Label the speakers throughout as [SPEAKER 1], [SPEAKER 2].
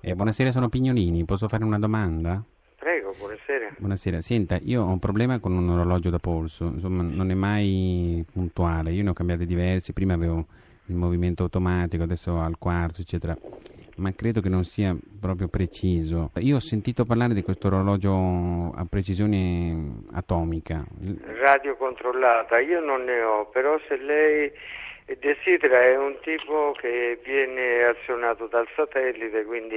[SPEAKER 1] Eh, buonasera, sono Pignolini, posso fare una domanda?
[SPEAKER 2] Prego, buonasera.
[SPEAKER 1] Buonasera, senta, io ho un problema con un orologio da polso, insomma non è mai puntuale, io ne ho cambiati diversi, prima avevo il movimento automatico, adesso al quarto, eccetera, ma credo che non sia proprio preciso. Io ho sentito parlare di questo orologio a precisione atomica.
[SPEAKER 2] Radio controllata, io non ne ho, però se lei desidera è un tipo che viene azionato dal satellite, quindi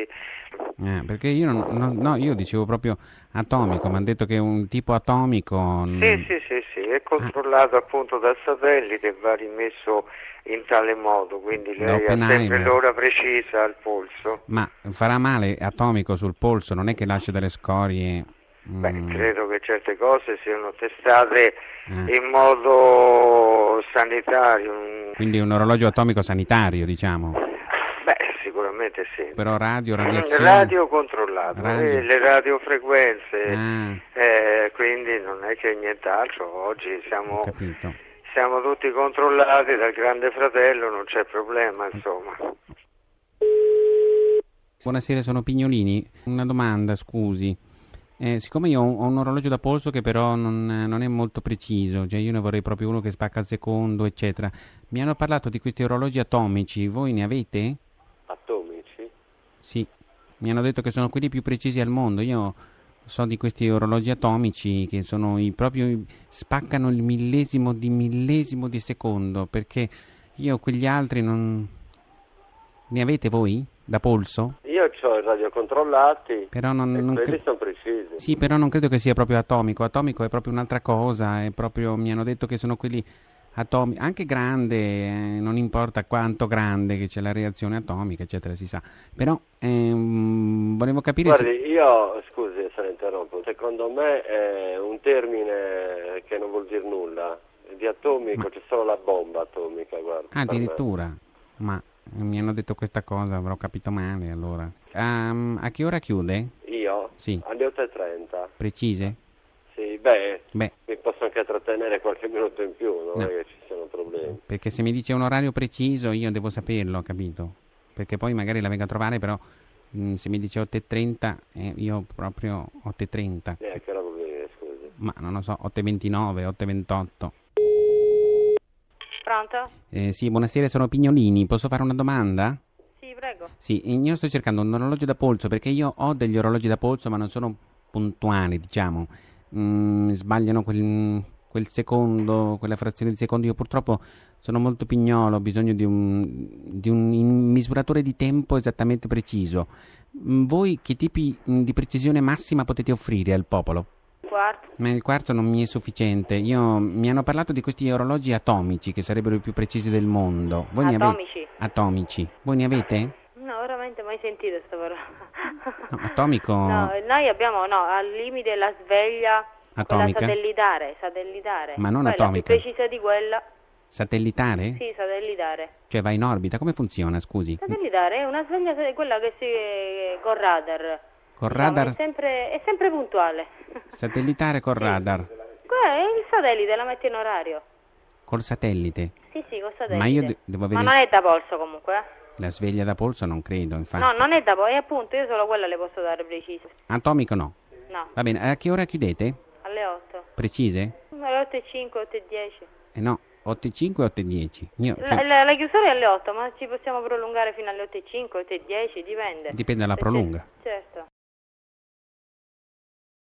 [SPEAKER 1] Eh, perché io non, non- no, io dicevo proprio atomico, mi hanno detto che è un tipo atomico. n-
[SPEAKER 2] Sì, sì, sì, sì, è controllato appunto dal satellite e va rimesso in tale modo, quindi
[SPEAKER 1] Da
[SPEAKER 2] lei ha sempre
[SPEAKER 1] Oppenheimer.
[SPEAKER 2] l'ora precisa al polso.
[SPEAKER 1] Ma farà male atomico sul polso, non è che lascia delle scorie.
[SPEAKER 2] Beh,
[SPEAKER 1] mm,
[SPEAKER 2] credo che certe cose siano testate
[SPEAKER 1] eh.
[SPEAKER 2] in modo sanitario. mm.
[SPEAKER 1] Quindi è un orologio atomico sanitario, diciamo.
[SPEAKER 2] Beh, sicuramente sì.
[SPEAKER 1] Però radio, radiazione.
[SPEAKER 2] Mm, Radio controllato,
[SPEAKER 1] Radio.
[SPEAKER 2] eh, le radiofrequenze,
[SPEAKER 1] Ah,
[SPEAKER 2] eh, quindi non è che nient'altro, oggi
[SPEAKER 1] ho
[SPEAKER 2] siamo,
[SPEAKER 1] capito.
[SPEAKER 2] siamo tutti controllati dal grande fratello, non c'è problema insomma.
[SPEAKER 1] Buonasera, sono Pignolini. Una domanda, scusi. Eh, siccome io ho un- ho un orologio da polso che però non, eh, non è molto preciso, cioè io ne vorrei proprio uno che spacca al secondo, eccetera. Mi hanno parlato di questi orologi atomici, voi ne avete?
[SPEAKER 3] Atomici?
[SPEAKER 1] Sì, mi hanno detto che sono quelli più precisi al mondo. Io so di questi orologi atomici che sono i proprio i- spaccano il millesimo di millesimo di secondo, perché io quegli altri non ne avete voi da polso?
[SPEAKER 3] Io ho i radiocontrollati
[SPEAKER 1] Però non,
[SPEAKER 3] e
[SPEAKER 1] non
[SPEAKER 3] Eh, quelli
[SPEAKER 1] cre-
[SPEAKER 3] sono precisi.
[SPEAKER 1] Sì, però non credo che sia proprio atomico. Atomico è proprio un'altra cosa, è proprio mi hanno detto che sono quelli atomici, anche grande, eh, non importa quanto grande che c'è la reazione atomica, eccetera, si sa. Però ehm, volevo capire se
[SPEAKER 3] Guardi, io, scusi se la interrompo, secondo me è un termine che non vuol dire nulla. Di atomico c'è solo la bomba atomica, guarda. per me.
[SPEAKER 1] Ah, addirittura. Ma eh, mi hanno detto questa cosa, avrò capito male allora. Ehm, a che ora chiude?
[SPEAKER 3] Io?
[SPEAKER 1] Sì.
[SPEAKER 3] Alle 8.30.
[SPEAKER 1] Precise?
[SPEAKER 3] Sì, beh,
[SPEAKER 1] Beh,
[SPEAKER 3] mi posso anche trattenere qualche minuto in più, non
[SPEAKER 1] No.
[SPEAKER 3] è che ci sono problemi.
[SPEAKER 1] perché se mi dice un orario preciso io devo saperlo, capito? Perché poi magari la vengo a trovare, però mm, se mi dice 8.30, eh, io proprio 8.30.
[SPEAKER 3] Neanche era problemi, scusi.
[SPEAKER 1] Ma non lo so, 8.29, 8.28.
[SPEAKER 4] Pronto?
[SPEAKER 1] Eh, sì, buonasera, sono Pignolini, posso fare una domanda?
[SPEAKER 4] Sì, prego.
[SPEAKER 1] Sì, io sto cercando un orologio da polso perché io ho degli orologi da polso ma non sono puntuali, diciamo. Mm, sbagliano quel, quel secondo, quella frazione di secondo. Io purtroppo sono molto pignolo, ho bisogno di un, di un in- misuratore di tempo esattamente preciso. Mm, voi che tipi mm, di precisione massima potete offrire al popolo?
[SPEAKER 4] Quarto.
[SPEAKER 1] Ma il quarzo non mi è sufficiente. Io, mi hanno parlato di questi orologi atomici che sarebbero i più precisi del mondo. Voi ne avete?
[SPEAKER 4] Atomici?
[SPEAKER 1] Atomici. Voi ne avete?
[SPEAKER 4] No, veramente mai sentito questa parola.
[SPEAKER 1] No, atomico-
[SPEAKER 4] No, noi abbiamo, no, al limite la sveglia quella
[SPEAKER 1] Atomica?
[SPEAKER 4] satellitare, satellitare.
[SPEAKER 1] Ma non
[SPEAKER 4] Quella
[SPEAKER 1] atomica.
[SPEAKER 4] più precisa di quella.
[SPEAKER 1] Satellitare?
[SPEAKER 4] Sì, satellitare.
[SPEAKER 1] Cioè va in orbita? Come funziona, scusi?
[SPEAKER 4] Satellitare è una sveglia sa- quella che si eh, con radar.
[SPEAKER 1] Con
[SPEAKER 4] Diciamo,
[SPEAKER 1] radar?
[SPEAKER 4] è sempre è sempre puntuale.
[SPEAKER 1] Satellitare col radar?
[SPEAKER 4] Qua è il satellite la mette in orario.
[SPEAKER 1] Col satellite?
[SPEAKER 4] Sì, sì, con satellite.
[SPEAKER 1] Ma io de- devo avere-
[SPEAKER 4] Ma non è da polso comunque, eh.
[SPEAKER 1] La sveglia da polso? Non credo, infatti.
[SPEAKER 4] No, non è da polso, e appunto io solo quella le posso dare precise.
[SPEAKER 1] Atomico no.
[SPEAKER 4] No,
[SPEAKER 1] Va bene, a che ora chiudete?
[SPEAKER 4] alle 8.
[SPEAKER 1] Precise?
[SPEAKER 4] Alle 8 e 5, 8 e 10.
[SPEAKER 1] Eh no, 8.05 e 8.10. Io- cioè,
[SPEAKER 4] La, la- la chiusura è alle 8, ma ci possiamo prolungare fino alle 8 e 5, 8 e 10, dipende.
[SPEAKER 1] Dipende dalla
[SPEAKER 4] Perché-
[SPEAKER 1] prolunga.
[SPEAKER 4] Certo.